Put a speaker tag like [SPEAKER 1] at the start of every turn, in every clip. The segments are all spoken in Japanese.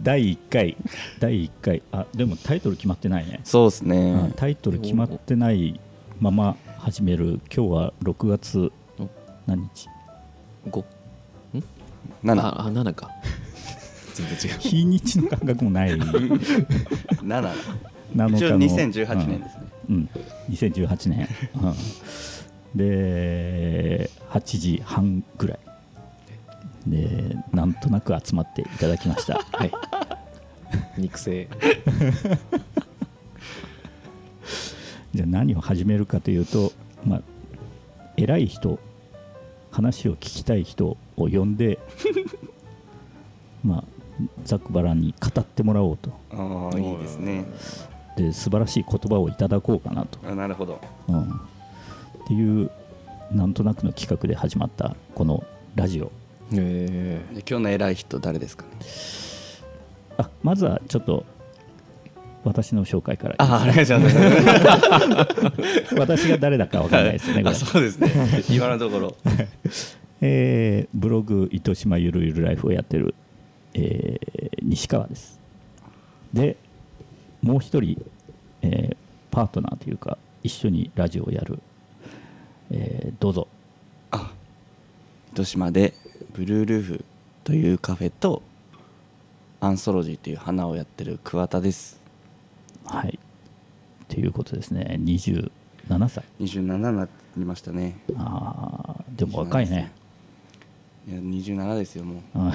[SPEAKER 1] 第1回第1回あでもタイトル決まってないね、
[SPEAKER 2] そうです
[SPEAKER 1] うん
[SPEAKER 2] ね。
[SPEAKER 1] タイトル決まってないまま始める今日は6月
[SPEAKER 3] お
[SPEAKER 1] 何日
[SPEAKER 3] 五。
[SPEAKER 2] 七
[SPEAKER 3] あ、あ7か。 全然違う。
[SPEAKER 1] 日にちの感覚もない7
[SPEAKER 2] 七。
[SPEAKER 1] 日の
[SPEAKER 2] 一応2018年ですね。
[SPEAKER 1] うん、うん、2018年、うん、で8時半ぐらいでなんとなく集まっていただきました
[SPEAKER 3] はい。肉声。
[SPEAKER 1] じゃあ何を始めるかというとまあ偉い人話を聞きたい人を呼ん でまあざっくばらんに語ってもらおうと
[SPEAKER 2] ああいいですね。
[SPEAKER 1] で素晴らしい言葉をいただこうかなと
[SPEAKER 2] あなるほど。
[SPEAKER 1] うん、っていうなんとなくの企画で始まったこのラジオ
[SPEAKER 3] え
[SPEAKER 2] で今日の偉い人誰ですかね。
[SPEAKER 1] あまずはちょっと私の紹介から
[SPEAKER 2] あありがとうございま す。
[SPEAKER 1] 私が誰だかわからないですよねこ
[SPEAKER 2] あ
[SPEAKER 1] れ
[SPEAKER 2] そうですね。今のところ。
[SPEAKER 1] えーブログ「糸島ゆるゆるライフ」をやってる、えー西川ですでもう一人、えーパートナーというか一緒にラジオをやる、えーどうぞ
[SPEAKER 2] あ糸島でブルールーフというカフェとアンソロジーという花をやってる桑田です。
[SPEAKER 1] はいということですね27歳
[SPEAKER 2] 二十七になりましたね。
[SPEAKER 1] あーでも若いね
[SPEAKER 2] いや二十七ですよもう。
[SPEAKER 1] あ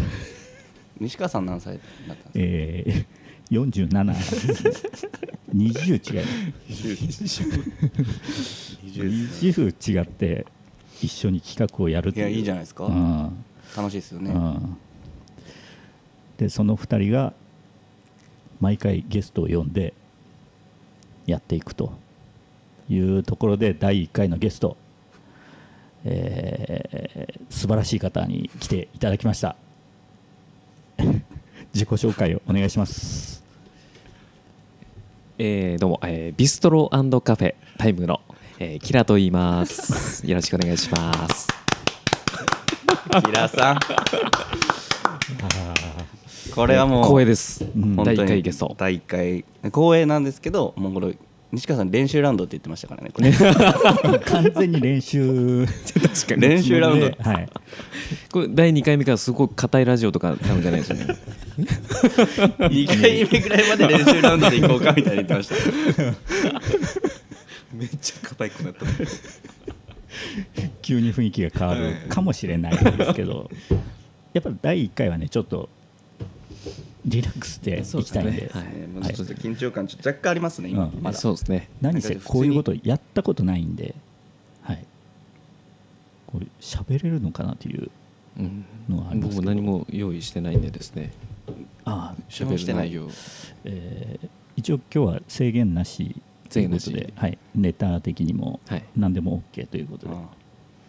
[SPEAKER 2] 西川さん何歳だったんで
[SPEAKER 1] えー、47ですね20違い
[SPEAKER 2] すか。20
[SPEAKER 1] 20違って一緒に企画をやるっていう
[SPEAKER 2] いやいいじゃないですか
[SPEAKER 1] うん
[SPEAKER 2] 楽しいですよね。
[SPEAKER 1] うんでその2人が毎回ゲストを呼んでやっていくというところで第1回のゲスト、えー素晴らしい方に来ていただきました 自己紹介をお願いし ます
[SPEAKER 3] えーどうも、えービストロカフェタイムの、えーキラと言 います。よろしくお願いします。
[SPEAKER 2] キラさん。これはもう
[SPEAKER 3] 光栄です。
[SPEAKER 1] ん
[SPEAKER 3] 第
[SPEAKER 2] 本
[SPEAKER 3] 1
[SPEAKER 2] 当に
[SPEAKER 3] 回ゲスト。
[SPEAKER 2] 第一回光栄なんですけど、もうこれ西川さん練習ラウンドって言ってましたからね。これ
[SPEAKER 1] 完全に練習
[SPEAKER 3] 確か
[SPEAKER 2] 練習ラウンド
[SPEAKER 1] ではい
[SPEAKER 3] これ第2回目からすごい硬いラジオとか多分じゃないですよね。
[SPEAKER 2] 二回目ぐらいまで練習ラウンドで行こうかみたいに言ってま した。めっちゃ硬くなった。
[SPEAKER 1] 急に雰囲気が変わるかもしれないですけど、 やっぱり第1回はね、ちょっとリラックスしていきたいんで、
[SPEAKER 3] そうですねはい
[SPEAKER 2] もうちょっと緊張感ちょっと若干ありますね。今
[SPEAKER 1] うん
[SPEAKER 2] まだ。
[SPEAKER 3] そうですね。
[SPEAKER 1] 何せこういうことやったことないんで、はい、これ喋れるのかなという、
[SPEAKER 3] うん
[SPEAKER 1] のはあります
[SPEAKER 3] 僕
[SPEAKER 1] けど
[SPEAKER 3] も何も用意してないんでですね。
[SPEAKER 1] ああ
[SPEAKER 2] 何もし
[SPEAKER 3] 喋
[SPEAKER 2] て
[SPEAKER 3] る
[SPEAKER 2] ない
[SPEAKER 3] 内容。
[SPEAKER 1] えー一応今日は制限なしということ
[SPEAKER 3] 制限な
[SPEAKER 1] で
[SPEAKER 3] し、
[SPEAKER 1] はい、ネタ的にも
[SPEAKER 3] はい
[SPEAKER 1] 何でも OK ということで、
[SPEAKER 2] あ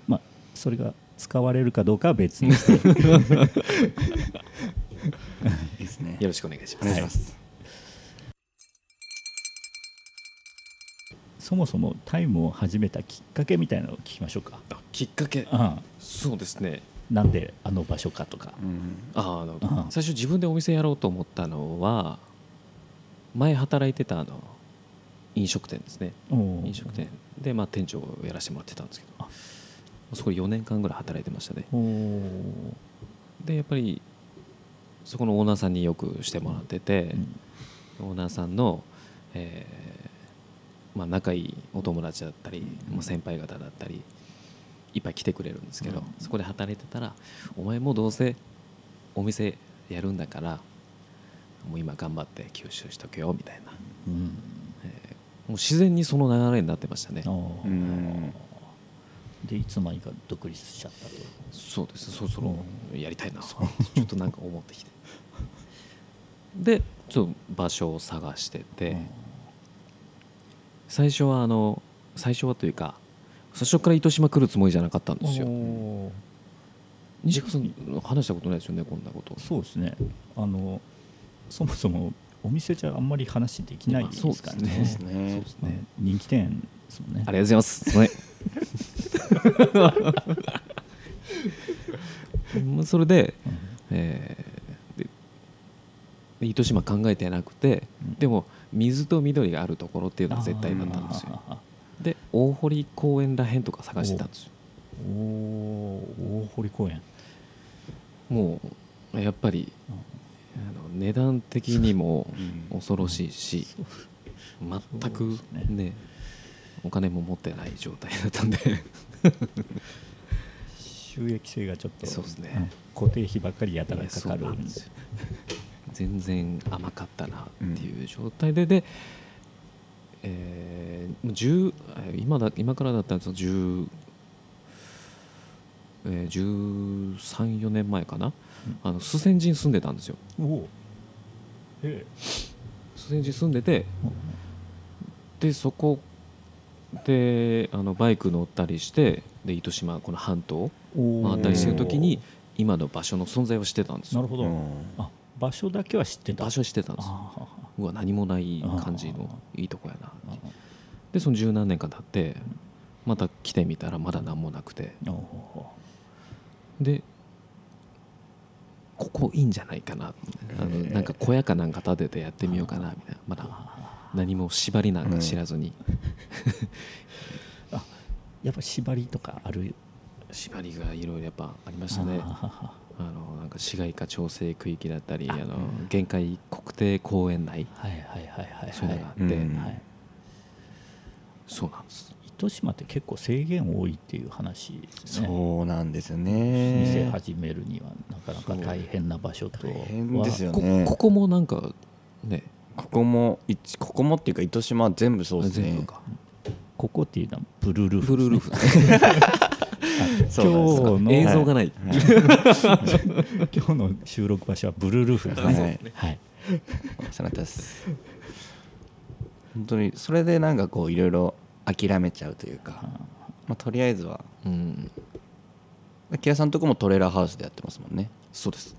[SPEAKER 1] まあ、それが使われるかどうかは別に して、
[SPEAKER 2] いいですね。
[SPEAKER 3] よろしくお願いし
[SPEAKER 2] お
[SPEAKER 3] ま
[SPEAKER 2] 願い
[SPEAKER 3] す。
[SPEAKER 2] します。
[SPEAKER 1] そもそもタイムを始めたきっかけみたいなのを聞きましょうか。
[SPEAKER 3] あきっかけ。
[SPEAKER 1] うん
[SPEAKER 3] そうですね。
[SPEAKER 1] なんであの場所かとか、
[SPEAKER 2] うん
[SPEAKER 3] ああの
[SPEAKER 1] ああ
[SPEAKER 3] 最初自分でお店やろうと思ったのは前働いてたあの飲食店ですね飲食店で、まあ、店長をやらせてもらってたんですけど
[SPEAKER 1] あ
[SPEAKER 3] そこ4年間ぐらい働いてましたね
[SPEAKER 1] おー
[SPEAKER 3] でやっぱりそこのオーナーさんによくしてもらってて、オーナーさんの、えーまあ、仲いいお友達だったり、まあ、先輩方だったりいっぱい来てくれるんですけど、
[SPEAKER 1] うん
[SPEAKER 3] そこで働いてたら「お前もどうせお店やるんだからもう今頑張って吸収しとけよ」みたいなも
[SPEAKER 1] うん
[SPEAKER 3] う自然にその流れになってましたね
[SPEAKER 1] あー
[SPEAKER 2] うん
[SPEAKER 1] でいつまにか独立しちゃったと
[SPEAKER 3] そうですそろそろやりたいなちょっとなんか思ってきてでちょっと場所を探してて、最初はあの最初はというか最初から糸島来るつもりじゃなかったんですよ
[SPEAKER 1] おー
[SPEAKER 3] 西川さん話したことないですよねこんなこと
[SPEAKER 1] そうですねあのそもそもお店じゃあんまり話できないですからね
[SPEAKER 3] あそうですね
[SPEAKER 2] ね
[SPEAKER 3] そうですね
[SPEAKER 1] うん人気店ですもんね
[SPEAKER 3] ありがとうございますすいま せんまあそれで,、えーでで糸島考えてなくて、
[SPEAKER 1] うん
[SPEAKER 3] でも水と緑があるところっていうのは絶対だったんですよ
[SPEAKER 1] あ
[SPEAKER 3] で大堀公園らへんとか探してたんですよ
[SPEAKER 1] ーおー大堀公園
[SPEAKER 3] もうやっぱり
[SPEAKER 1] うん
[SPEAKER 3] あの値段的にも
[SPEAKER 2] うん
[SPEAKER 3] 恐ろしいし全く
[SPEAKER 1] そうです
[SPEAKER 3] ねお金も持ってない状態だったんで
[SPEAKER 1] 収益性がちょっと
[SPEAKER 3] そうですね
[SPEAKER 1] ん固定費ばっかりやたらかか
[SPEAKER 3] いやそうな
[SPEAKER 1] る
[SPEAKER 3] んですよ全然甘かったなっていう状態で、で、えーもう10えー今だ今からだったらその10えー、134年前かな、
[SPEAKER 1] うん
[SPEAKER 3] あのスセンジに住んでたんですよ
[SPEAKER 1] おおえ
[SPEAKER 3] スセンジに住んでてでそこであのバイク乗ったりしてで糸島この半島
[SPEAKER 1] お
[SPEAKER 3] 回ったりしてる時に
[SPEAKER 1] お
[SPEAKER 3] 今の場所の存在を知ってたんで
[SPEAKER 1] ー
[SPEAKER 3] す
[SPEAKER 1] な
[SPEAKER 3] よ
[SPEAKER 1] るほど、あ場所だけは知ってた
[SPEAKER 3] 場所知ってたんです
[SPEAKER 1] あーは
[SPEAKER 3] うわ何もない感じのいいとこやな
[SPEAKER 1] ーはー
[SPEAKER 3] でその十何年か経ってまた来てみたらまだ何もなくて
[SPEAKER 1] あーお
[SPEAKER 3] でここいいんじゃないかなあの
[SPEAKER 2] へえ
[SPEAKER 3] なんか小屋かなんか建ててやってみようかなみたいなまだ何も縛りなんか知らずに、
[SPEAKER 1] ーあやっぱ縛りとかある
[SPEAKER 3] 縛りがいろいろやっぱありましたね
[SPEAKER 1] あーはは
[SPEAKER 3] あのなんか市街化調整区域だったりあの限界国定公園内
[SPEAKER 1] はいはいはいはい
[SPEAKER 3] そういうのがあって、
[SPEAKER 2] うん
[SPEAKER 1] はい、
[SPEAKER 3] そうなんです
[SPEAKER 1] 糸島って結構制限多いっていう話ですね
[SPEAKER 2] そうなんですよ
[SPEAKER 1] 店
[SPEAKER 2] ね
[SPEAKER 1] 始めるにはなかなか大変な場所と
[SPEAKER 2] 大変ですよ
[SPEAKER 3] こ
[SPEAKER 2] ね
[SPEAKER 3] ここもなんかね
[SPEAKER 2] ここも一ここもっていうか糸島は全部そうですね
[SPEAKER 3] 全部か
[SPEAKER 1] ここっていうのはブルールー
[SPEAKER 3] フ
[SPEAKER 1] フで
[SPEAKER 3] ル
[SPEAKER 1] す
[SPEAKER 3] ル
[SPEAKER 1] ね
[SPEAKER 3] ーフ
[SPEAKER 2] そうなんですよ
[SPEAKER 1] 今日の
[SPEAKER 3] 映像がない、
[SPEAKER 1] 今日の収録場所はブルールーフです
[SPEAKER 2] そう
[SPEAKER 1] ね
[SPEAKER 2] ですね
[SPEAKER 1] はい
[SPEAKER 2] そなです本当にそれでなんかこういろいろ諦めちゃうというか、まあ、とりあえずは
[SPEAKER 3] うん
[SPEAKER 2] 木屋さんとこもトレーラーハウスでやってますもんね
[SPEAKER 3] そうです、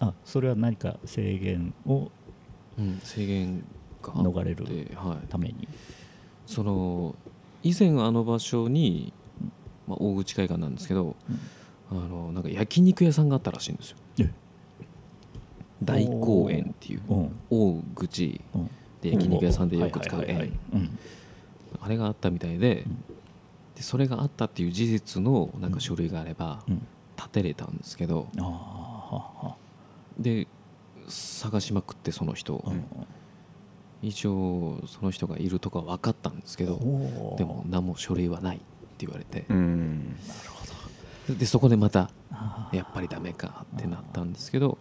[SPEAKER 1] あそれは何か制限を
[SPEAKER 3] うん、制限があって
[SPEAKER 1] 逃れる
[SPEAKER 3] はい、
[SPEAKER 1] ために
[SPEAKER 3] その以前あの場所に、まあ、大口海岸なんですけど、あのなんか焼肉屋さんがあったらしいんですよ
[SPEAKER 1] え
[SPEAKER 3] 大公園っていう
[SPEAKER 1] うん
[SPEAKER 3] 大口
[SPEAKER 1] うん
[SPEAKER 3] で焼肉屋さんでよく使う
[SPEAKER 1] はいはいはいはい
[SPEAKER 3] 園
[SPEAKER 1] うん
[SPEAKER 3] あれがあったみたいで
[SPEAKER 1] うん
[SPEAKER 3] でそれがあったっていう事実のなんか書類があれば
[SPEAKER 1] うん
[SPEAKER 3] 建てれたんですけど
[SPEAKER 1] あーは
[SPEAKER 3] で探しまくってその人を
[SPEAKER 1] は
[SPEAKER 3] 一応その人がいるとか分かったんですけど
[SPEAKER 1] おー
[SPEAKER 3] でも何も書類はないって言われて
[SPEAKER 2] うん
[SPEAKER 3] でそこでまた
[SPEAKER 1] あー
[SPEAKER 3] やっぱりダメかってなったんですけど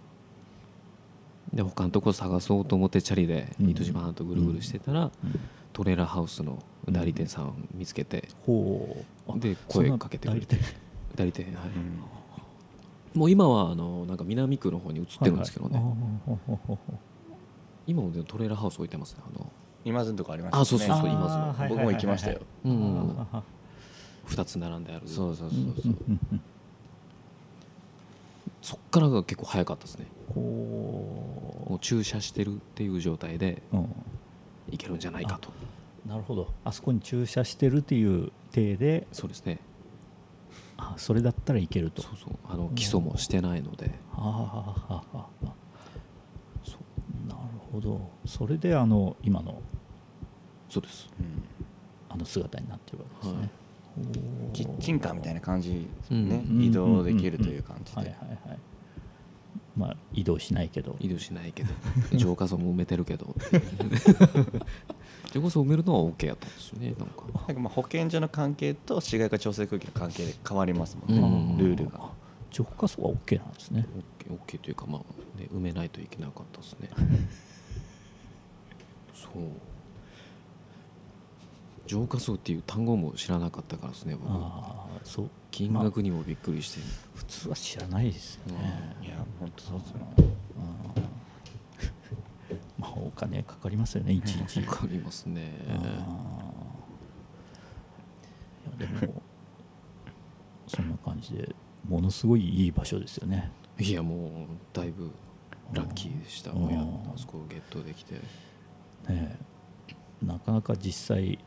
[SPEAKER 3] で他のとこ探そうと思ってチャリで
[SPEAKER 1] うん
[SPEAKER 3] 糸島半島ぐるぐるしてたら
[SPEAKER 1] うん
[SPEAKER 3] トレーラーハウスの代理店さんを見つけて
[SPEAKER 1] ほうあ
[SPEAKER 3] で
[SPEAKER 1] そんな
[SPEAKER 3] 声かけてくれて
[SPEAKER 1] 代理
[SPEAKER 3] 代理店は
[SPEAKER 2] う
[SPEAKER 3] い
[SPEAKER 2] ん
[SPEAKER 3] もう今はあのなんか南区の方に移ってるんですけど
[SPEAKER 1] はい
[SPEAKER 3] ね
[SPEAKER 1] はいあーほうほうほう
[SPEAKER 3] 今もでもトレーラーハウス置いてますねあの
[SPEAKER 2] 今ずんとこありました、ね、
[SPEAKER 3] あそうそうそう
[SPEAKER 1] あー
[SPEAKER 3] 今その
[SPEAKER 1] はいはいはいはい
[SPEAKER 2] 僕も行きましたよ、
[SPEAKER 3] うんうん
[SPEAKER 1] あ
[SPEAKER 3] 2つ並んである
[SPEAKER 2] そうそうそう
[SPEAKER 1] ー
[SPEAKER 2] そう、
[SPEAKER 1] うんうん
[SPEAKER 3] そっからが結構早かったですね
[SPEAKER 1] ほ
[SPEAKER 3] もう駐車してるっていう状態で
[SPEAKER 1] ううん
[SPEAKER 3] いけるんじゃないかと
[SPEAKER 1] なるほどあそこに駐車してるっていう体で
[SPEAKER 3] そうですね
[SPEAKER 1] あそれだったらいけると
[SPEAKER 3] そうそうあの基礎もしてないので
[SPEAKER 1] あああああ
[SPEAKER 3] そう
[SPEAKER 1] なるほどそれであの今の
[SPEAKER 3] そうです
[SPEAKER 1] あの姿になってるわけですね、
[SPEAKER 3] は
[SPEAKER 2] う
[SPEAKER 3] い
[SPEAKER 2] んキッチンカーみたいな感じですもんね、
[SPEAKER 1] うん
[SPEAKER 2] 移動できるという感じで、
[SPEAKER 1] はいはいはいまあ移動しないけど
[SPEAKER 3] 移動しない けど浄化層も埋めてるけど 浄化層埋めるのは OK やったんですよねなんか
[SPEAKER 2] なんかまあ保健所の関係と市街化調整区域の関係で変わりますもんね、
[SPEAKER 3] うん
[SPEAKER 2] ルールが
[SPEAKER 1] あ浄化層は OK なんですね
[SPEAKER 3] OK, OK というかまあ、ね、埋めないといけなかったですねそう浄化層っていう単語も知らなかったからですね僕
[SPEAKER 1] ああそう
[SPEAKER 3] 金額にもびっくりして、
[SPEAKER 1] 普通は知らないですよね、
[SPEAKER 2] いや本当そうですよ
[SPEAKER 1] まあお金かかりますよねいちいち
[SPEAKER 3] わかりますね
[SPEAKER 1] いやでもそんな感じでものすごいいい場所ですよね
[SPEAKER 3] いやもうだいぶラッキーでした
[SPEAKER 1] うん
[SPEAKER 3] もうやあそこをゲットできて
[SPEAKER 1] ねえなかなか実際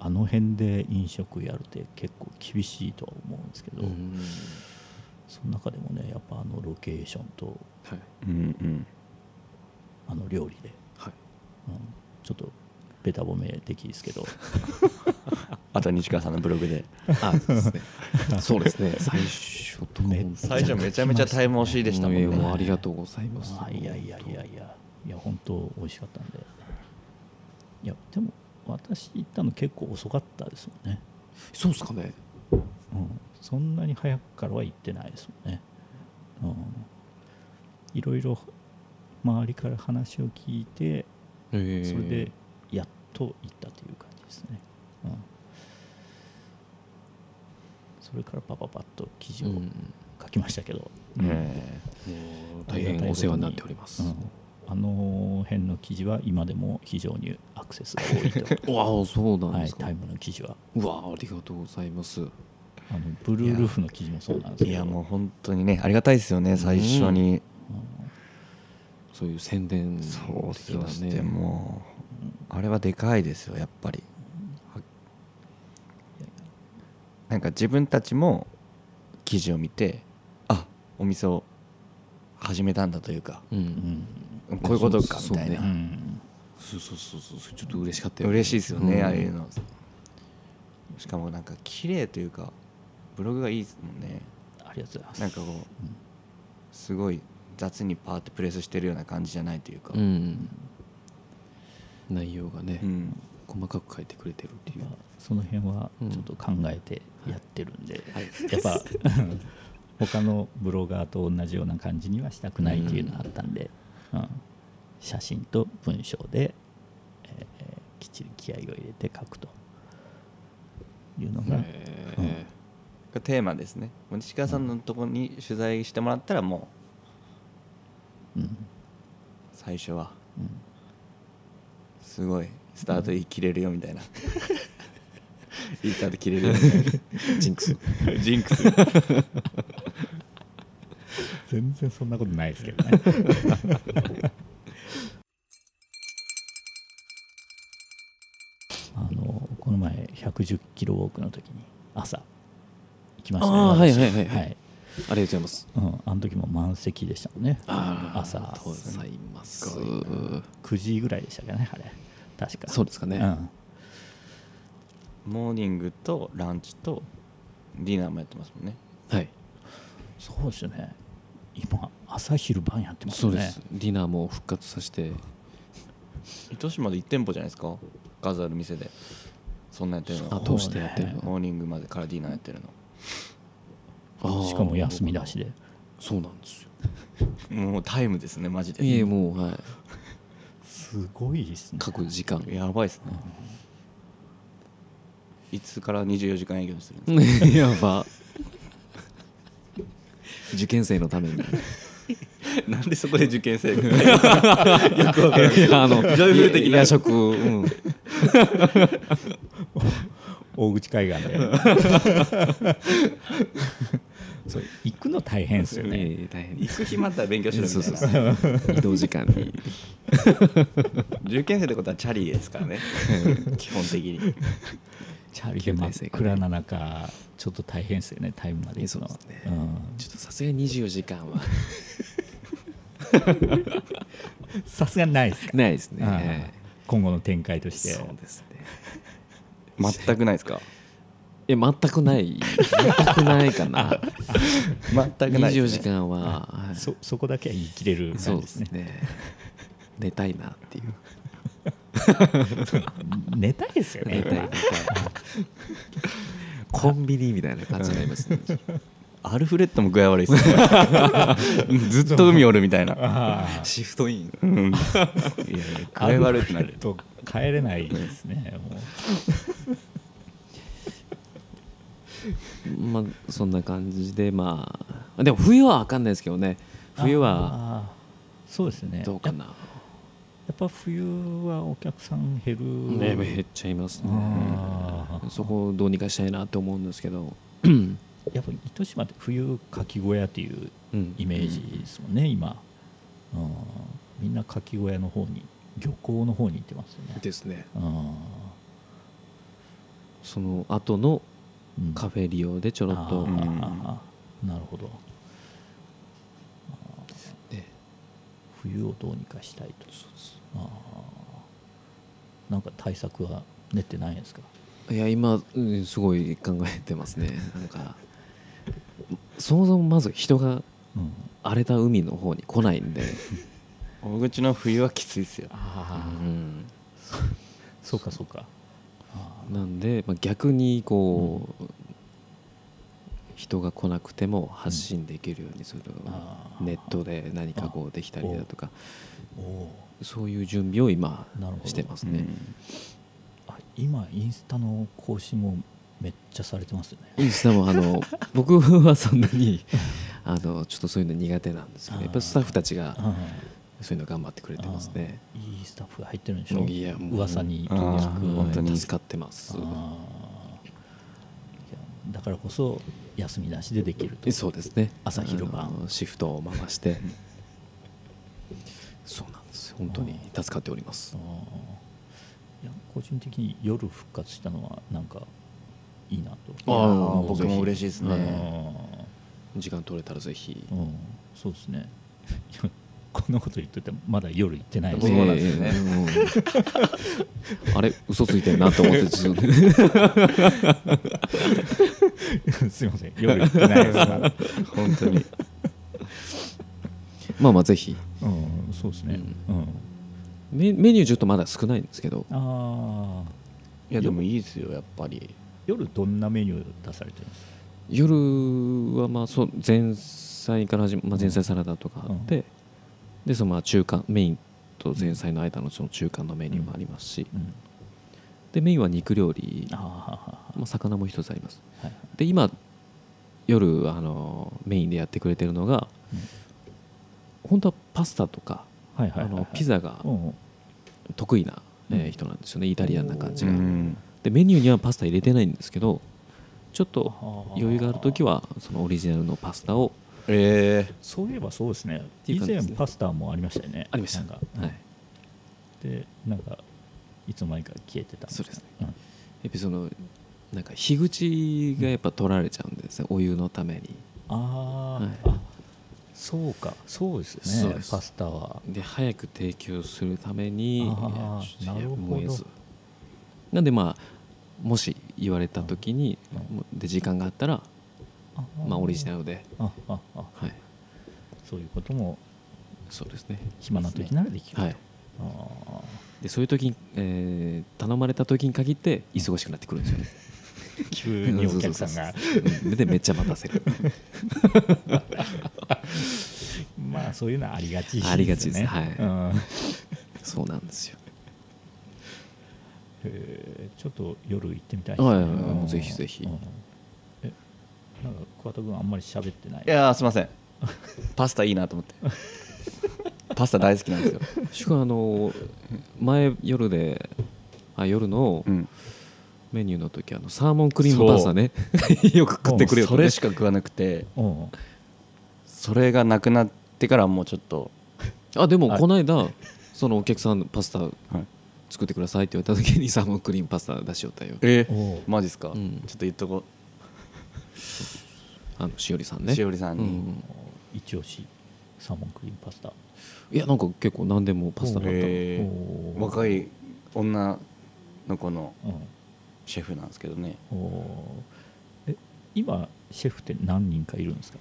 [SPEAKER 1] あの辺で飲食やるって結構厳しいとは思うんですけど、
[SPEAKER 3] うん
[SPEAKER 1] その中でもねやっぱあのロケーションと
[SPEAKER 3] はい
[SPEAKER 2] うんうん
[SPEAKER 1] あの料理で、
[SPEAKER 3] はい
[SPEAKER 1] うんちょっとべた褒め的ですけど
[SPEAKER 2] あとは西川さんのブログで
[SPEAKER 3] あですねそうですね最初とか
[SPEAKER 1] め
[SPEAKER 3] 本当
[SPEAKER 2] 最初めちゃめちゃタイム惜しいでしたもんね
[SPEAKER 3] もう もうありがとうございます
[SPEAKER 1] あいやいやいやいやいや本当美味しかったんでいやでも私行ったの結構遅かったですもんね、
[SPEAKER 3] そうですかね
[SPEAKER 1] うん、そんなに早くからは行ってないですもんね、うん、いろいろ周りから話を聞いて
[SPEAKER 3] それ
[SPEAKER 1] それでやっと行ったという感じですね、うん、それからパパパッと記事を書きましたけど、
[SPEAKER 2] え
[SPEAKER 3] 大変お世話になっております、
[SPEAKER 1] うんあの辺の記事は今でも非常にアクセスが多 いと、
[SPEAKER 3] うわあそうなん
[SPEAKER 1] は
[SPEAKER 3] で
[SPEAKER 1] い、
[SPEAKER 3] すか、
[SPEAKER 1] タイムの記事は
[SPEAKER 3] うわあありがとうございます
[SPEAKER 1] あのブルールーフの記事もそうなんです
[SPEAKER 2] い
[SPEAKER 1] け
[SPEAKER 2] や
[SPEAKER 1] ど
[SPEAKER 2] もう本当にねありがたいですよね最初に、
[SPEAKER 3] そういう宣伝
[SPEAKER 2] そう
[SPEAKER 3] 的
[SPEAKER 2] そ
[SPEAKER 3] な
[SPEAKER 2] し
[SPEAKER 3] ね
[SPEAKER 2] てもうあれはでかいですよやっぱりはなんか自分たちも記事を見てあお店を始めたんだというか
[SPEAKER 3] うん、
[SPEAKER 1] うん
[SPEAKER 2] こういうことかみたい
[SPEAKER 3] そううね
[SPEAKER 2] なん
[SPEAKER 3] そうそうそうそうちょっと嬉しかった
[SPEAKER 2] 嬉しいですよね、
[SPEAKER 3] ん
[SPEAKER 2] ああいうのしかもなんか綺麗というかブログがいいですもんね
[SPEAKER 1] ありがとうございます
[SPEAKER 2] なんかこうすごい雑にパーってプレスしてるような感じじゃないというか、
[SPEAKER 3] うん内容がね、
[SPEAKER 2] うん
[SPEAKER 3] 細かく書いてくれてるっていう、
[SPEAKER 1] まあその辺は
[SPEAKER 3] うん
[SPEAKER 1] ちょっと考えてやってるんで、やっ ぱ他のブロガーと同じような感じにはしたくないっていうのがあったんで、うん写真と文章で、えーきっちり気合を入れて書くというのが、
[SPEAKER 3] えー
[SPEAKER 2] がテーマですねもう西川さんのとこに取材してもらったらも
[SPEAKER 1] うん
[SPEAKER 2] う最初は
[SPEAKER 1] うん
[SPEAKER 2] すごいスタートいい切れるよみたいないいスタート切れるよみたい
[SPEAKER 3] ジンクス
[SPEAKER 2] なジンクス
[SPEAKER 1] 全然そんなことないですけどね あのこの前110キロウォークの時に朝行きましたね
[SPEAKER 3] ああはい
[SPEAKER 1] 私
[SPEAKER 3] はいはいはい
[SPEAKER 1] はい
[SPEAKER 3] ありがとうございます
[SPEAKER 1] うん、あの時も満席でしたもんね
[SPEAKER 3] あー
[SPEAKER 1] 朝
[SPEAKER 3] ありがとうございます
[SPEAKER 1] 9時ぐらいでしたかねあれ確か
[SPEAKER 3] そうですかね、
[SPEAKER 1] うん、
[SPEAKER 2] モーニングとランチとディナーもやってますもんね
[SPEAKER 3] はい
[SPEAKER 1] そうですよね今朝昼晩やってます
[SPEAKER 3] そ
[SPEAKER 1] よ
[SPEAKER 3] う
[SPEAKER 1] ね
[SPEAKER 3] です、ディナーも復活させて
[SPEAKER 2] 糸島で1店舗じゃないですか数ある店でそんなやってる
[SPEAKER 3] あ
[SPEAKER 2] の
[SPEAKER 1] と
[SPEAKER 3] 通してやってるの
[SPEAKER 2] モーニングまでからディナーやってる
[SPEAKER 3] あー
[SPEAKER 1] しかも休みだしで
[SPEAKER 3] そうなんですよ
[SPEAKER 2] のもうタイムですねマジで
[SPEAKER 3] いえもうはい
[SPEAKER 1] すごいですね
[SPEAKER 3] 各時間
[SPEAKER 2] やばいっすねいつから24時間営業するんですか
[SPEAKER 3] や ば受験生のために
[SPEAKER 2] なんでそこで受験生が よくわからない
[SPEAKER 3] い やあの
[SPEAKER 2] ジョイフル的な
[SPEAKER 3] 夜食、うん、
[SPEAKER 1] 大口海岸 でそう行くの大変ですよね
[SPEAKER 3] ええ大変で
[SPEAKER 2] 行
[SPEAKER 3] す
[SPEAKER 2] く暇あったら勉強しろみ
[SPEAKER 3] そうそう
[SPEAKER 2] た
[SPEAKER 3] そ
[SPEAKER 2] いな
[SPEAKER 3] う移動時間に
[SPEAKER 2] 受験生ってことはチャリですからね基本的に
[SPEAKER 1] チャーリーで真っ暗な中ちょっと大変ですよねタイムまで行くのは
[SPEAKER 3] そうです
[SPEAKER 1] うん
[SPEAKER 3] ちょっとさすがに24時間は
[SPEAKER 1] さすがにないですか
[SPEAKER 3] ないです
[SPEAKER 1] うん
[SPEAKER 3] ね
[SPEAKER 1] 今後の展開として
[SPEAKER 3] そうですね
[SPEAKER 2] 全くないですか
[SPEAKER 3] いや全くない全くないかな
[SPEAKER 2] 全くない
[SPEAKER 3] 24
[SPEAKER 2] です、ね、
[SPEAKER 3] 時間ははい
[SPEAKER 1] そそこだけは言い切れる
[SPEAKER 3] そ
[SPEAKER 1] 感
[SPEAKER 3] う
[SPEAKER 1] じ
[SPEAKER 3] で
[SPEAKER 1] ですすね
[SPEAKER 3] ね寝たいなっていう
[SPEAKER 1] 寝たいですよね
[SPEAKER 3] 寝たい寝たいコンビニみたいな感じになりますね
[SPEAKER 2] アルフレッドも具合悪い ですねずっと海おるみたいな、
[SPEAKER 1] あ
[SPEAKER 3] シフトイン
[SPEAKER 2] うん、いやいや具合悪くなる
[SPEAKER 1] と帰れないですねもう
[SPEAKER 3] まあそんな感じでまあでも冬は分かんないですけどね冬は
[SPEAKER 1] あーそうですね
[SPEAKER 3] どうかな
[SPEAKER 1] やっぱ冬はお客さん減る
[SPEAKER 3] ね減っちゃいますね
[SPEAKER 1] あー
[SPEAKER 3] そこをどうにかしたいなと思うんですけど
[SPEAKER 1] やっぱ糸島って冬かき小屋っていう
[SPEAKER 3] うん
[SPEAKER 1] イメージですもんね、今、うん、みんなかき小屋の方に漁港の方に行ってますよね
[SPEAKER 3] ですね
[SPEAKER 1] うん
[SPEAKER 3] その後の
[SPEAKER 1] うん
[SPEAKER 3] カフェ利用でちょろっと
[SPEAKER 1] あー
[SPEAKER 2] うん
[SPEAKER 1] あーなるほど
[SPEAKER 3] ね
[SPEAKER 1] 冬をどうにかしたいとあーなんか対策は練ってないんですか
[SPEAKER 3] いや今、うんすごい考えてますねなんかそもそもまず人が
[SPEAKER 1] うん
[SPEAKER 3] 荒れた海の方に来ないんで、
[SPEAKER 2] 大口の冬はきついっすよ
[SPEAKER 3] う
[SPEAKER 1] ああ
[SPEAKER 3] ん、
[SPEAKER 1] そうかそうかあ
[SPEAKER 3] なんで、まあ、逆にこう、人が来なくても発信できるようにする、
[SPEAKER 1] あー
[SPEAKER 3] ネットで何かこうできたりだとか
[SPEAKER 1] ーお
[SPEAKER 3] そういう準備を今
[SPEAKER 1] なるほど
[SPEAKER 3] してますね、
[SPEAKER 1] ーあ今インスタの更新もめっちゃされてますよね
[SPEAKER 3] インスタも あの僕はそんなにあのちょっとそういうの苦手なんですけど
[SPEAKER 1] あー
[SPEAKER 3] やっぱスタッフたちが
[SPEAKER 1] あ
[SPEAKER 3] そういうの頑張ってくれてますね
[SPEAKER 1] ーいいスタッフが入ってるんでしょ
[SPEAKER 3] いやもう
[SPEAKER 1] 噂に
[SPEAKER 2] あー
[SPEAKER 1] 聞く
[SPEAKER 2] 本当に
[SPEAKER 3] 助かってます
[SPEAKER 1] あーいやだからこそ休みなしでできると
[SPEAKER 3] そうですね
[SPEAKER 1] 朝昼晩
[SPEAKER 3] あのシフトを回してそうなんです本当に助かっております
[SPEAKER 1] あーいや個人的に夜復活したのはなんかいいなと
[SPEAKER 3] あー
[SPEAKER 1] うん
[SPEAKER 3] 僕も嬉
[SPEAKER 2] しいです
[SPEAKER 1] あ
[SPEAKER 2] ね
[SPEAKER 3] 時間取れたらぜひ
[SPEAKER 1] ーうんそうですね こんなこと言っててもまだ夜行ってない
[SPEAKER 2] そうなんですね
[SPEAKER 3] ええ うんあれ嘘ついてんなと思ってずっと
[SPEAKER 1] すいません夜行ってないです から、
[SPEAKER 2] 本当に
[SPEAKER 3] まあまあぜひ
[SPEAKER 1] うん、そうですね、うん
[SPEAKER 3] メメニューちょっとまだ少ないんですけど
[SPEAKER 1] ああ
[SPEAKER 2] いやでもいいですよやっぱり
[SPEAKER 1] 夜どんなメニュー出されてるんですか
[SPEAKER 3] 夜はまあそう前菜から始め、まあ、前菜サラダとかあって、でそのまあ中間メインと前菜の間のその中間のメニューもありますし、
[SPEAKER 1] うん
[SPEAKER 3] でメインは肉料理
[SPEAKER 1] あーは
[SPEAKER 3] まあ、魚も一つあります
[SPEAKER 1] いはい
[SPEAKER 3] で今夜あのメインでやってくれてるのが、本当はパスタとか、
[SPEAKER 1] はいはいはいはい
[SPEAKER 3] あのピザが
[SPEAKER 1] うん
[SPEAKER 3] 得意な、えー人なんですよねイタリアンな感じ
[SPEAKER 2] う
[SPEAKER 3] が、
[SPEAKER 2] ん
[SPEAKER 3] でメニューにはパスタ入れてないんですけどちょっと
[SPEAKER 1] あー
[SPEAKER 3] 余裕がある時はそのオリジナルのパスタを
[SPEAKER 2] え
[SPEAKER 1] そういえばそうですね
[SPEAKER 3] ていう
[SPEAKER 1] 以
[SPEAKER 3] 感じで
[SPEAKER 1] 前
[SPEAKER 3] すね
[SPEAKER 1] パスタもありましたよね
[SPEAKER 3] ありました
[SPEAKER 1] なんか、
[SPEAKER 3] はい、
[SPEAKER 1] でなんかいつの間にか消えてた
[SPEAKER 3] そうですね
[SPEAKER 1] うん
[SPEAKER 3] やっぱりそのなんか日口がやっぱ取られちゃうんですね、お湯のために
[SPEAKER 1] あー、
[SPEAKER 3] はい
[SPEAKER 1] あそうかそうですよ
[SPEAKER 3] そう
[SPEAKER 1] ね
[SPEAKER 3] です
[SPEAKER 1] パスタは
[SPEAKER 3] で早く提供するために
[SPEAKER 1] あー
[SPEAKER 3] いやちょっ
[SPEAKER 1] な
[SPEAKER 3] と
[SPEAKER 1] るほど
[SPEAKER 3] いやもういいですなんでまあもし言われた時に、
[SPEAKER 1] うん
[SPEAKER 3] もうで時間があったら、
[SPEAKER 1] あ
[SPEAKER 3] まあ、オリジ
[SPEAKER 1] ル
[SPEAKER 3] ナルで、
[SPEAKER 1] あああ
[SPEAKER 3] はい、
[SPEAKER 1] そういうことも
[SPEAKER 3] そうですね
[SPEAKER 1] 暇な時ならできると
[SPEAKER 3] はい
[SPEAKER 1] あ
[SPEAKER 3] でそういう時に、えー頼まれた時に限って忙しくなってくるんですよね
[SPEAKER 1] ー 急にお客さんが
[SPEAKER 3] うんでめっちゃ待たせる
[SPEAKER 1] まあそういうのはありがちですね
[SPEAKER 3] ありがちですはい
[SPEAKER 1] うん
[SPEAKER 3] そうなんですよ
[SPEAKER 1] えーちょっと夜行ってみたい
[SPEAKER 3] はいはいはいもうぜひぜひ
[SPEAKER 1] うんえなんか桑田君あんまり喋ってない
[SPEAKER 2] いやーすいま せんパスタいいなと思ってパスタ大好きなんですよ、
[SPEAKER 3] しかもあの前夜であ夜の
[SPEAKER 2] うん、
[SPEAKER 3] メニューの時あのサーモンクリームパスタね よく食ってくれよと
[SPEAKER 2] そ
[SPEAKER 3] ね
[SPEAKER 2] れしか食わなくて
[SPEAKER 1] うん
[SPEAKER 2] それがなくなってからもうちょっと、
[SPEAKER 3] あでも
[SPEAKER 1] はい
[SPEAKER 3] この間そのお客さんパスタ
[SPEAKER 2] はい、
[SPEAKER 3] 作ってくださいって言われた時にサーモンクリームパスタ出しよったよ
[SPEAKER 2] え
[SPEAKER 1] おう
[SPEAKER 2] マジっすか、
[SPEAKER 3] うん
[SPEAKER 2] ちょっと言っとこ
[SPEAKER 3] あのしおりさん
[SPEAKER 2] う、
[SPEAKER 3] ね
[SPEAKER 2] しおりさん
[SPEAKER 3] う
[SPEAKER 2] に、
[SPEAKER 3] ん
[SPEAKER 1] 一押しサーモンクリームパスタ
[SPEAKER 3] いやなんか結構何でもパスタだったの
[SPEAKER 2] えー
[SPEAKER 1] おー
[SPEAKER 2] 若い女の子の
[SPEAKER 1] う
[SPEAKER 2] シェフなんですけどね
[SPEAKER 1] んおーえ今シェフって何人かいるんですか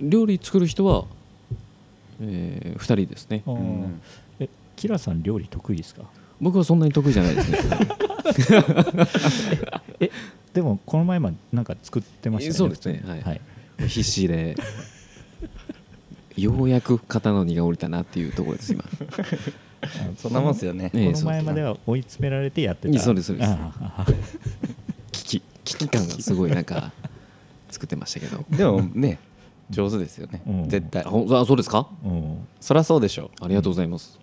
[SPEAKER 3] 料理作る人はえ2人ですね
[SPEAKER 1] おー
[SPEAKER 2] うん
[SPEAKER 1] えキラさん料理得意ですか
[SPEAKER 3] 僕はそんなに得意じゃないですね
[SPEAKER 1] えでもこの前までなんか作ってましたよね
[SPEAKER 3] そうですねはい
[SPEAKER 1] はい
[SPEAKER 3] 必死でようやく肩の荷が下りたなっていうところです今
[SPEAKER 1] あ
[SPEAKER 2] そんなもんっすよね、
[SPEAKER 1] こ
[SPEAKER 3] ええ
[SPEAKER 1] の前までは追い詰められてやって
[SPEAKER 3] い
[SPEAKER 1] た
[SPEAKER 3] やそうですそうです
[SPEAKER 1] ああ
[SPEAKER 3] 危機危機感がすごいなんか作ってましたけど
[SPEAKER 2] でもね上手ですよね、
[SPEAKER 1] うん
[SPEAKER 2] 絶対
[SPEAKER 3] あほんあそうですか
[SPEAKER 1] うん
[SPEAKER 2] そりゃそうでしょ
[SPEAKER 3] ありがとうございます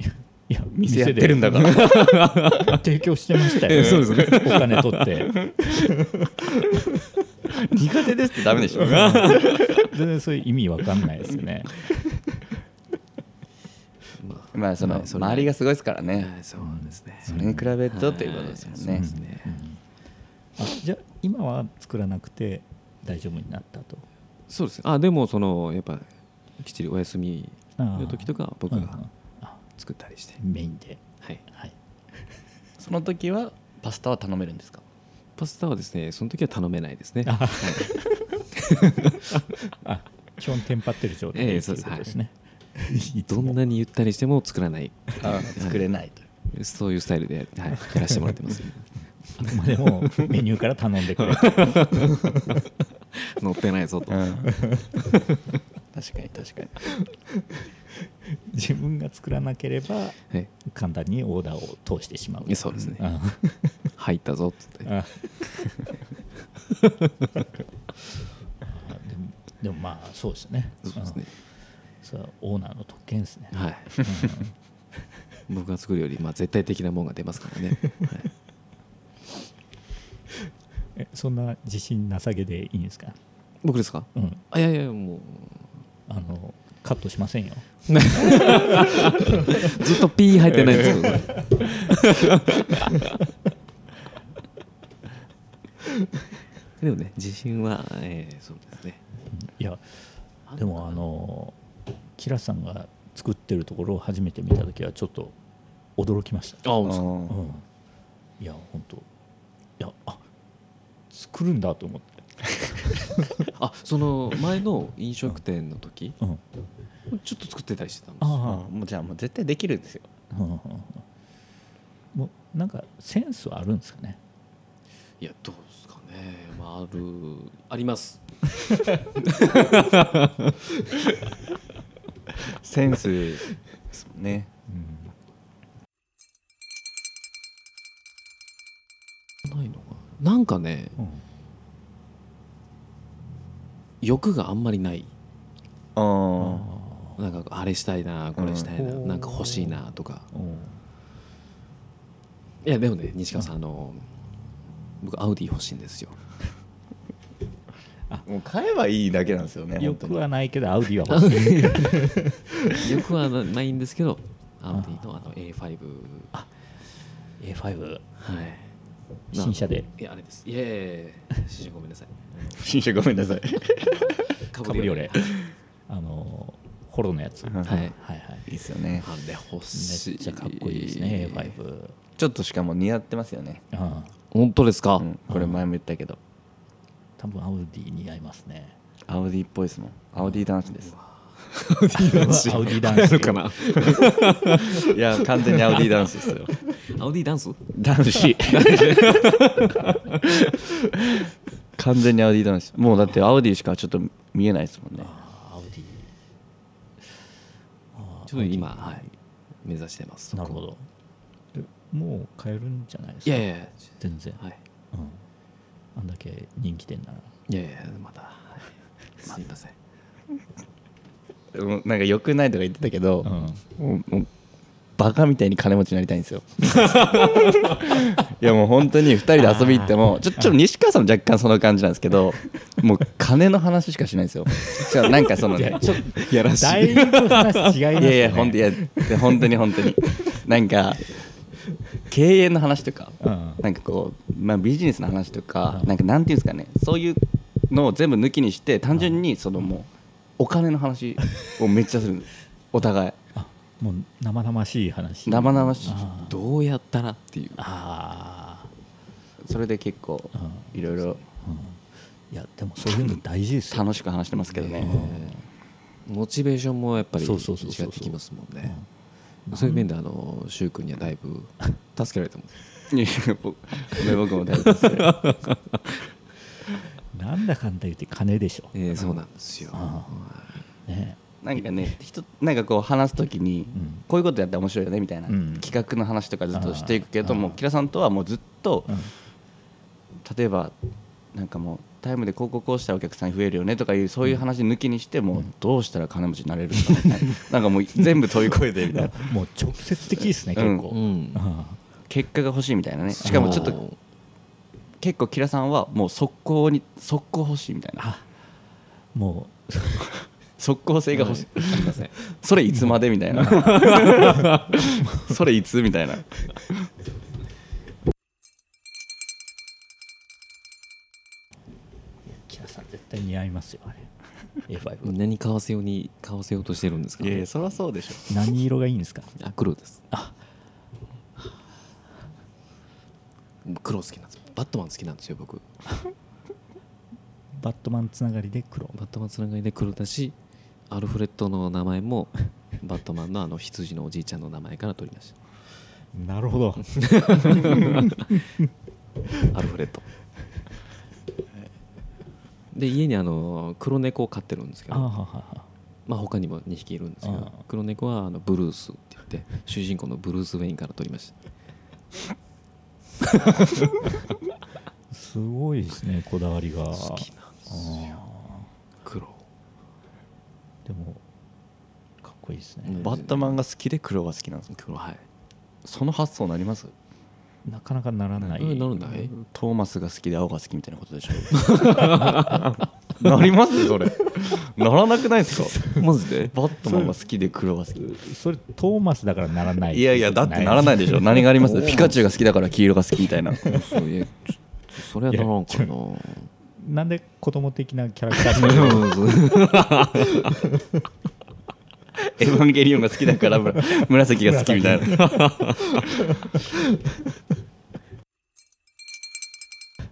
[SPEAKER 1] いや
[SPEAKER 2] 店やってるんだから
[SPEAKER 1] ら提供してましたよ、ね、
[SPEAKER 3] ええそうですね
[SPEAKER 1] お金取 って
[SPEAKER 2] 苦手ですってダメで しょ
[SPEAKER 1] 全然そういう意味わかんないですよね
[SPEAKER 3] ま
[SPEAKER 2] まあその
[SPEAKER 3] はいそれ
[SPEAKER 2] 周りがすごいですからね、
[SPEAKER 3] はいそうですね
[SPEAKER 2] それに比べるとということですもん
[SPEAKER 3] は
[SPEAKER 2] ね
[SPEAKER 3] いそうですね
[SPEAKER 1] あじゃあ今は作らなくて大丈夫になったと
[SPEAKER 3] そうですあでもそのやっぱきっちりお休みの時とか僕
[SPEAKER 1] うんうん
[SPEAKER 3] が
[SPEAKER 1] あ
[SPEAKER 3] 作ったりして、
[SPEAKER 1] メインで、
[SPEAKER 3] はい、
[SPEAKER 1] はい、
[SPEAKER 2] その時はパスタは頼めるんですか
[SPEAKER 3] パスタはですねその時は頼めないですね
[SPEAKER 1] あ あ基本テンパってる状態
[SPEAKER 3] ええ
[SPEAKER 1] ということですね、いつ
[SPEAKER 3] ど
[SPEAKER 1] も
[SPEAKER 3] んなにゆったりしても作らない
[SPEAKER 2] 作れないと
[SPEAKER 3] そういうスタイルで、はい、やらせてもらっ てます
[SPEAKER 1] あくまでもメニューから頼んでくれと
[SPEAKER 3] 乗ってないぞと、
[SPEAKER 2] 確かに確かに
[SPEAKER 1] 自分が作らなければ
[SPEAKER 3] はい
[SPEAKER 1] 簡単にオーダーを通してしまう
[SPEAKER 3] そうですね
[SPEAKER 1] あ
[SPEAKER 3] 入ったぞっつって
[SPEAKER 1] あでも でもまあそうですね
[SPEAKER 3] そうです
[SPEAKER 1] う
[SPEAKER 3] ね、
[SPEAKER 1] んそれはオーナーの特権ですね、
[SPEAKER 3] はい
[SPEAKER 1] うん
[SPEAKER 3] 僕が作るより、まあ、絶対的なもんが出ますからね、はい
[SPEAKER 1] えそんな自信なさげでいいんですか、
[SPEAKER 3] 僕で すか
[SPEAKER 1] うん、
[SPEAKER 3] あいやいやもう
[SPEAKER 1] あのカットしませんよ
[SPEAKER 3] ずっとピー入ってないんですけどでもね自信は、えーそうですね
[SPEAKER 1] いやでもあのキラさんが作ってるところを初めて見た時はちょっと驚きました、
[SPEAKER 3] あ
[SPEAKER 1] う
[SPEAKER 2] うん
[SPEAKER 1] ん、いや本当いやあ作るんだと思って、
[SPEAKER 3] あその前の飲食店の時
[SPEAKER 1] うん
[SPEAKER 3] ちょっと作ってたりしてたんですよ
[SPEAKER 1] あ
[SPEAKER 2] もうじゃあもう絶対できるんですよ
[SPEAKER 1] あ、うんうんうんもうなんかセンスはあるんですかね
[SPEAKER 3] いやどうですかね、まあ、あるあります
[SPEAKER 2] センスですもんね
[SPEAKER 3] ないのかななんかね
[SPEAKER 1] うん、
[SPEAKER 3] 欲があんまりない
[SPEAKER 2] あ
[SPEAKER 1] あ
[SPEAKER 2] あ
[SPEAKER 3] なんかあれしたいなこれしたいな、
[SPEAKER 1] うん
[SPEAKER 3] なんか欲しいなとか
[SPEAKER 1] ーうん
[SPEAKER 3] いやでもね西川さんあの僕アウディ欲しいんですよ
[SPEAKER 2] もう買えばいいだけなんですよね
[SPEAKER 1] よ
[SPEAKER 2] 本当
[SPEAKER 1] く
[SPEAKER 2] に
[SPEAKER 1] はないけどアウディは欲しい
[SPEAKER 3] 欲はなないんですけどアウディのあの A5 あ
[SPEAKER 1] A5
[SPEAKER 3] はい
[SPEAKER 1] 新車で
[SPEAKER 3] いやあれですいやいやいや新車ごめんなさい
[SPEAKER 2] 新車ごめんなさい
[SPEAKER 3] カ
[SPEAKER 1] カブリオレあのホロのやつ、
[SPEAKER 2] ん
[SPEAKER 1] はい
[SPEAKER 3] はいあ
[SPEAKER 1] はい
[SPEAKER 2] いいっすよね
[SPEAKER 3] れ欲しい
[SPEAKER 1] めっちゃかっこいいですね A5
[SPEAKER 2] ちょっとしかも似合ってますよね、
[SPEAKER 1] うん
[SPEAKER 3] 本当ですか、
[SPEAKER 2] うん、これ前も言ったけど
[SPEAKER 1] 多分アウディ似合いますね
[SPEAKER 2] アウディっぽいですもんアウディ男子です
[SPEAKER 1] アウディ男 子
[SPEAKER 3] かな
[SPEAKER 2] いや完全にアウディ男子ですよ
[SPEAKER 3] アウディダンス
[SPEAKER 2] 男子完全にアウディ男子もうだってアウディしかちょっと見えないですもんね
[SPEAKER 1] アウディ
[SPEAKER 3] ちょっと今、はい、目指してます。
[SPEAKER 1] なるほ
[SPEAKER 3] ど。
[SPEAKER 1] どえもう買えるんじゃないです
[SPEAKER 3] い
[SPEAKER 1] か
[SPEAKER 3] やいやいや、
[SPEAKER 1] 全然、
[SPEAKER 3] はい、
[SPEAKER 1] うん、あんだけ人気店なら
[SPEAKER 3] いやいや、また、はい、すみません。
[SPEAKER 2] うんなんか良くないとか言ってたけど、
[SPEAKER 1] ん
[SPEAKER 2] もうもうバカみたいに金持ちになりたいんですよいやもう本当に2人で遊び行ってもちょちょっと西川さんも若干その感じなんですけどもう金の話しかしないんです よしかもなんかそのね
[SPEAKER 1] ちょっ
[SPEAKER 2] やらしい
[SPEAKER 1] だいぶ話違いますね
[SPEAKER 2] いやいや本当いや本当に本当になんか経営の話とか、
[SPEAKER 1] うん
[SPEAKER 2] なんかこう、まあ、ビジネスの話とか、
[SPEAKER 1] うん
[SPEAKER 2] なんかなんていうんですかねそういうのを全部抜きにして単純にそのもうお金の話をめっちゃ するんですお互い
[SPEAKER 1] あもう生々しい話
[SPEAKER 2] 生々しい
[SPEAKER 1] あー
[SPEAKER 3] どうやったらっていう。
[SPEAKER 1] あ
[SPEAKER 2] それで結構
[SPEAKER 1] ー、うん
[SPEAKER 2] いろいろ
[SPEAKER 1] うん、いやでもそういうの大事ですよ、
[SPEAKER 2] 楽しく話してますけどね、
[SPEAKER 3] モチベーションもやっぱり違
[SPEAKER 1] そう
[SPEAKER 3] っ
[SPEAKER 1] そうそうそう
[SPEAKER 3] てきますもんね。
[SPEAKER 1] うん
[SPEAKER 3] そういう面で、あの、しゅうくんにはだいぶ助けられてます。
[SPEAKER 2] いやいや僕僕も大事で すよ
[SPEAKER 1] なんだかんだ言って金でしょ、
[SPEAKER 3] ええそうなんですよ。
[SPEAKER 1] あね
[SPEAKER 2] なんかね人なんかこう話す時に、
[SPEAKER 1] うん
[SPEAKER 2] こういうことやったら面白いよねみたいな、
[SPEAKER 1] うん
[SPEAKER 2] 企画の話とかずっとしていくけど
[SPEAKER 1] あー
[SPEAKER 2] もうキラさんとはもうずっと、
[SPEAKER 1] うん
[SPEAKER 2] 例えばなんかもうタイムで広告をしたらお客さん増えるよねとかいうそういう話抜きにしてもうどうしたら金持ちになれるんだろうね なんかもう全部問い越えてみたいな
[SPEAKER 1] もう直接的ですね、
[SPEAKER 2] うん
[SPEAKER 1] 結構、
[SPEAKER 3] う
[SPEAKER 1] うん
[SPEAKER 3] ん。
[SPEAKER 2] 結果が欲しいみたいなねしかもちょっ
[SPEAKER 3] あ
[SPEAKER 2] と
[SPEAKER 3] の
[SPEAKER 2] 結構キラさんはもう速攻に速攻欲しいみたいな
[SPEAKER 1] あもう
[SPEAKER 2] 速攻性が欲しい、
[SPEAKER 3] すみません。
[SPEAKER 2] それいつまでみたいな それいつみたいな
[SPEAKER 1] キラさん絶対似合いますよあれ A5
[SPEAKER 3] 何買わせよ うに買わせようとしてるんですか
[SPEAKER 2] いやいやそりゃそうでしょ
[SPEAKER 1] 何色がいいんですか
[SPEAKER 3] あ黒ですあ黒好きなんですバットマン好きなんですよ僕
[SPEAKER 1] バットマンつながりで黒
[SPEAKER 3] バットマンつながりで黒だしアルフレッドの名前も バットマンのあの羊のおじいちゃんの名前から取りまし
[SPEAKER 1] なるほど
[SPEAKER 3] たアルフレッ ドで家にあの黒猫を飼ってるんですけ
[SPEAKER 1] あは
[SPEAKER 3] ど
[SPEAKER 1] はは
[SPEAKER 3] まあ他にも2匹いるんですけ
[SPEAKER 1] あ
[SPEAKER 3] ど
[SPEAKER 1] あ
[SPEAKER 3] 黒猫はあのブルースって言って主人公のブルース・ウェインから取りました
[SPEAKER 1] すごいですねこだわりが
[SPEAKER 3] 好きなんですよ
[SPEAKER 1] あ
[SPEAKER 3] 黒
[SPEAKER 1] ーでもかっこいいですね、
[SPEAKER 3] うん
[SPEAKER 2] バットマンが好きで黒が好きなんですよ
[SPEAKER 3] 黒はい
[SPEAKER 2] その発想なります
[SPEAKER 1] なかなかならない、
[SPEAKER 3] うんなるんだい
[SPEAKER 2] トーマスが好きで青が好きみたいなことでしょ なりますそれならなくないですか
[SPEAKER 3] マジで
[SPEAKER 2] バットマンが好きで黒が好き
[SPEAKER 1] それトーマスだからならない
[SPEAKER 2] いやいやだってならないでしょ何がありますピカチュウが好きだから黄色が好きみたい な
[SPEAKER 3] そういやちょっとそれはならんかな
[SPEAKER 1] なんで子供的なキャラクターになるの
[SPEAKER 2] エヴァンゲリオンが好きだからむら紫が好きみたいな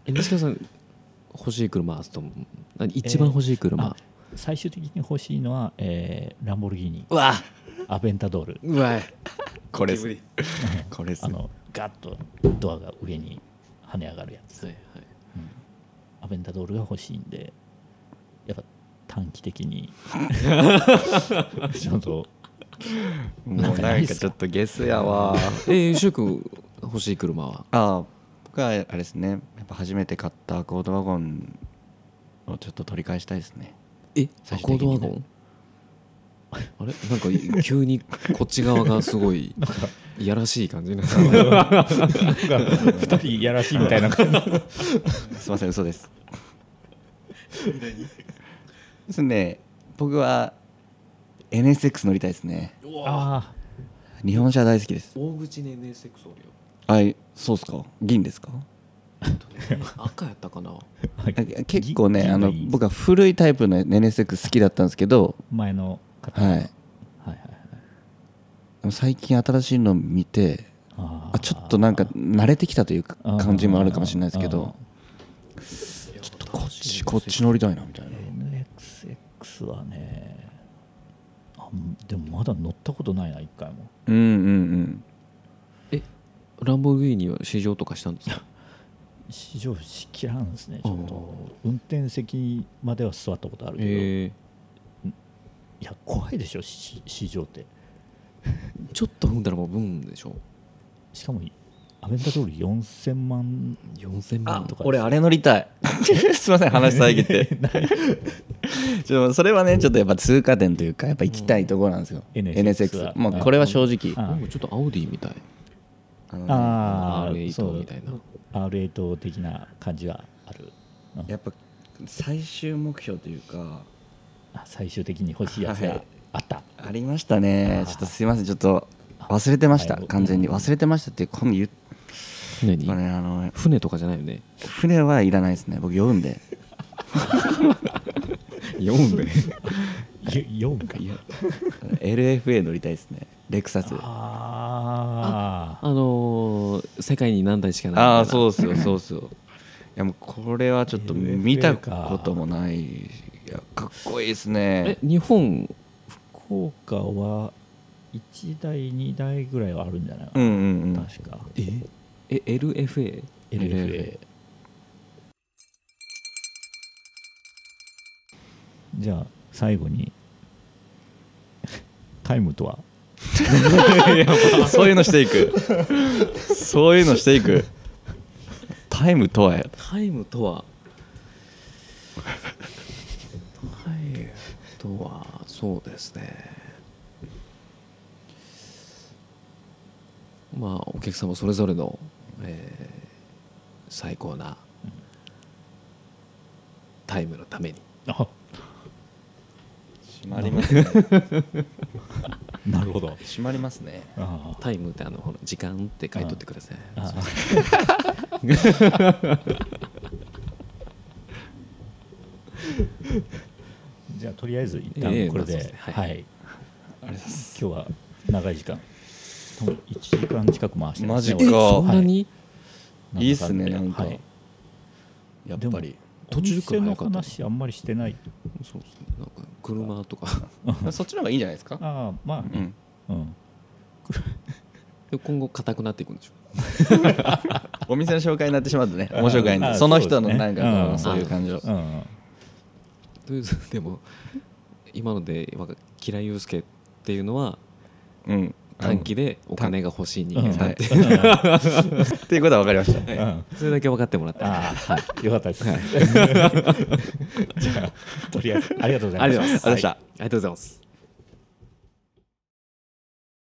[SPEAKER 3] え西川さん欲しい車あすと何一番欲しい 車、
[SPEAKER 1] 最終的に欲しいのは、えーランボルギーニ
[SPEAKER 2] うわ
[SPEAKER 1] アベンタドール
[SPEAKER 3] うわい
[SPEAKER 2] これっすこれっす
[SPEAKER 1] あのガッとドアが上に跳ね上がるやつ
[SPEAKER 3] はいはい
[SPEAKER 1] アベンタドールが欲しいんでやっぱ短期的 にちょっと
[SPEAKER 2] もうなんかちょっとゲスやわ
[SPEAKER 3] えー、シュウ君欲しい車は
[SPEAKER 2] ああ僕はあれですねやっぱ初めて買ったコードワゴンをちょっと取り返したいですね
[SPEAKER 3] え
[SPEAKER 2] 最終
[SPEAKER 3] コー
[SPEAKER 2] 的にね
[SPEAKER 3] ドワゴンあれなんかい急にこっち側がすごいいやらしい感じになった
[SPEAKER 1] 2人いやらしいみたいな感じ
[SPEAKER 2] すいません嘘ですですね僕は NSX 乗りたいですね
[SPEAKER 1] あ
[SPEAKER 2] 日本車大好きです
[SPEAKER 3] 大口ね NSX おるよ
[SPEAKER 2] はいそうっすか銀ですか
[SPEAKER 3] 赤やったかな
[SPEAKER 1] あ
[SPEAKER 2] あ結構ねあの僕
[SPEAKER 1] は
[SPEAKER 2] は古いタイプの NSX 好きだったんですけど
[SPEAKER 1] 前の方、
[SPEAKER 2] はい
[SPEAKER 1] はいは
[SPEAKER 2] で
[SPEAKER 1] いはい
[SPEAKER 2] も最近新しいの見て
[SPEAKER 1] あー
[SPEAKER 2] あちょっとなんか慣れてきたというか
[SPEAKER 1] あー
[SPEAKER 2] 感じもあるかもしれないですけど
[SPEAKER 3] ちょっと
[SPEAKER 2] こっちこっち乗りたいなみたいな
[SPEAKER 1] NXX はねあでもまだ乗ったことないな一回も
[SPEAKER 2] うんうん
[SPEAKER 3] えランボルギーニは試乗とかしたんですか
[SPEAKER 1] 試乗しきらんですね
[SPEAKER 3] あ
[SPEAKER 1] ち
[SPEAKER 3] ー
[SPEAKER 1] ょっと運転席までは座ったことあるけど、
[SPEAKER 3] え
[SPEAKER 1] いや怖いでしょし試乗って
[SPEAKER 3] ー、ちょっと踏んだらもうブンでしょ
[SPEAKER 1] しかもアベンタドール4000万
[SPEAKER 3] 4000
[SPEAKER 2] あ
[SPEAKER 3] 万とか
[SPEAKER 2] 俺あれ乗りたい すいません話遮ってちょそれはねちょっとやっぱ通過点というかやっぱ行きたいところなんですよ、
[SPEAKER 1] うん NSX は
[SPEAKER 2] NSX もうこれは正直
[SPEAKER 1] あ
[SPEAKER 3] なんかちょっとアオディみたい
[SPEAKER 2] あのね
[SPEAKER 1] ああ
[SPEAKER 3] R8 みたいな
[SPEAKER 1] R8 的な感じはある、うん
[SPEAKER 2] やっぱ最終目標というか
[SPEAKER 1] あ最終的に欲しいやつがあった、
[SPEAKER 2] ありましたねちょっとすいませんちょっと忘れてました
[SPEAKER 1] はい
[SPEAKER 2] 完全に忘れてましたって今度言っ
[SPEAKER 3] 船
[SPEAKER 2] これねあの
[SPEAKER 3] 船とかじゃないよね
[SPEAKER 2] 船はいらないですね僕酔う んで
[SPEAKER 3] 読んで
[SPEAKER 1] よ4か
[SPEAKER 2] LFA 乗りたいですねレクサスあ
[SPEAKER 1] ああ
[SPEAKER 3] あのー、世界に何台しかない
[SPEAKER 2] あーそううっすよそうっすよいやもうこれはちょっと
[SPEAKER 1] LFA
[SPEAKER 2] 見たこともないいやかっこいいです
[SPEAKER 3] え
[SPEAKER 2] ね
[SPEAKER 3] 日本
[SPEAKER 1] 福岡は1台2台ぐらいはあるんじゃないか
[SPEAKER 2] うん
[SPEAKER 1] な、
[SPEAKER 2] うんうん
[SPEAKER 1] 確か
[SPEAKER 3] ええ LFA
[SPEAKER 1] LFA じゃあ最後に タイムとは
[SPEAKER 2] そういうのしてい くそういうのしていくタイムとはや
[SPEAKER 3] タイムとはタイムとはそうですねまあお客様それぞれの、えー最高なタイムのために
[SPEAKER 1] あ
[SPEAKER 2] 閉まりますね
[SPEAKER 1] なるほど
[SPEAKER 2] 閉まりますね
[SPEAKER 1] あ
[SPEAKER 3] タイムってあのほら時間って書いとってください
[SPEAKER 1] あああ じゃあとりあえず一
[SPEAKER 3] え
[SPEAKER 1] 旦
[SPEAKER 3] え
[SPEAKER 1] これで、
[SPEAKER 3] まあそうですね
[SPEAKER 1] は、
[SPEAKER 3] はいい
[SPEAKER 2] ありがとうございます
[SPEAKER 1] 今日は長い時間1時間近く回してますね
[SPEAKER 2] マジか
[SPEAKER 1] 俺
[SPEAKER 3] そんなに、
[SPEAKER 1] はい
[SPEAKER 2] いいっすねなんか
[SPEAKER 1] はい
[SPEAKER 2] やっ
[SPEAKER 1] でも
[SPEAKER 2] ぱり
[SPEAKER 3] 途中から
[SPEAKER 1] お店
[SPEAKER 3] 早
[SPEAKER 1] の
[SPEAKER 3] かった
[SPEAKER 1] 話あんまりしてない
[SPEAKER 3] そうですねなんか車とか
[SPEAKER 2] そっちの方がいいんじゃないですか
[SPEAKER 1] ああま
[SPEAKER 2] う
[SPEAKER 1] あ
[SPEAKER 2] ん
[SPEAKER 1] うん
[SPEAKER 3] で今後硬くなっていくんでしょ
[SPEAKER 2] お店の紹介になってしまってね面白くないん
[SPEAKER 1] あ
[SPEAKER 2] で
[SPEAKER 1] ー
[SPEAKER 2] その人の
[SPEAKER 1] そうです
[SPEAKER 2] な
[SPEAKER 1] ね
[SPEAKER 2] んかこ
[SPEAKER 1] うん
[SPEAKER 2] うそういう感じを
[SPEAKER 1] うん
[SPEAKER 3] とりあえずでも今のでわか吉良祐介っていうのは
[SPEAKER 2] うん
[SPEAKER 3] 短期でお金が欲しい人
[SPEAKER 1] うん
[SPEAKER 3] 間だって、
[SPEAKER 2] っていうことは分かりました
[SPEAKER 1] うん
[SPEAKER 3] それだけ分かってもらった
[SPEAKER 1] あ あよかったです じゃあとりあえずありがとうございました
[SPEAKER 3] ありがとうございます
[SPEAKER 2] ありがとうございました
[SPEAKER 3] ありがとうございます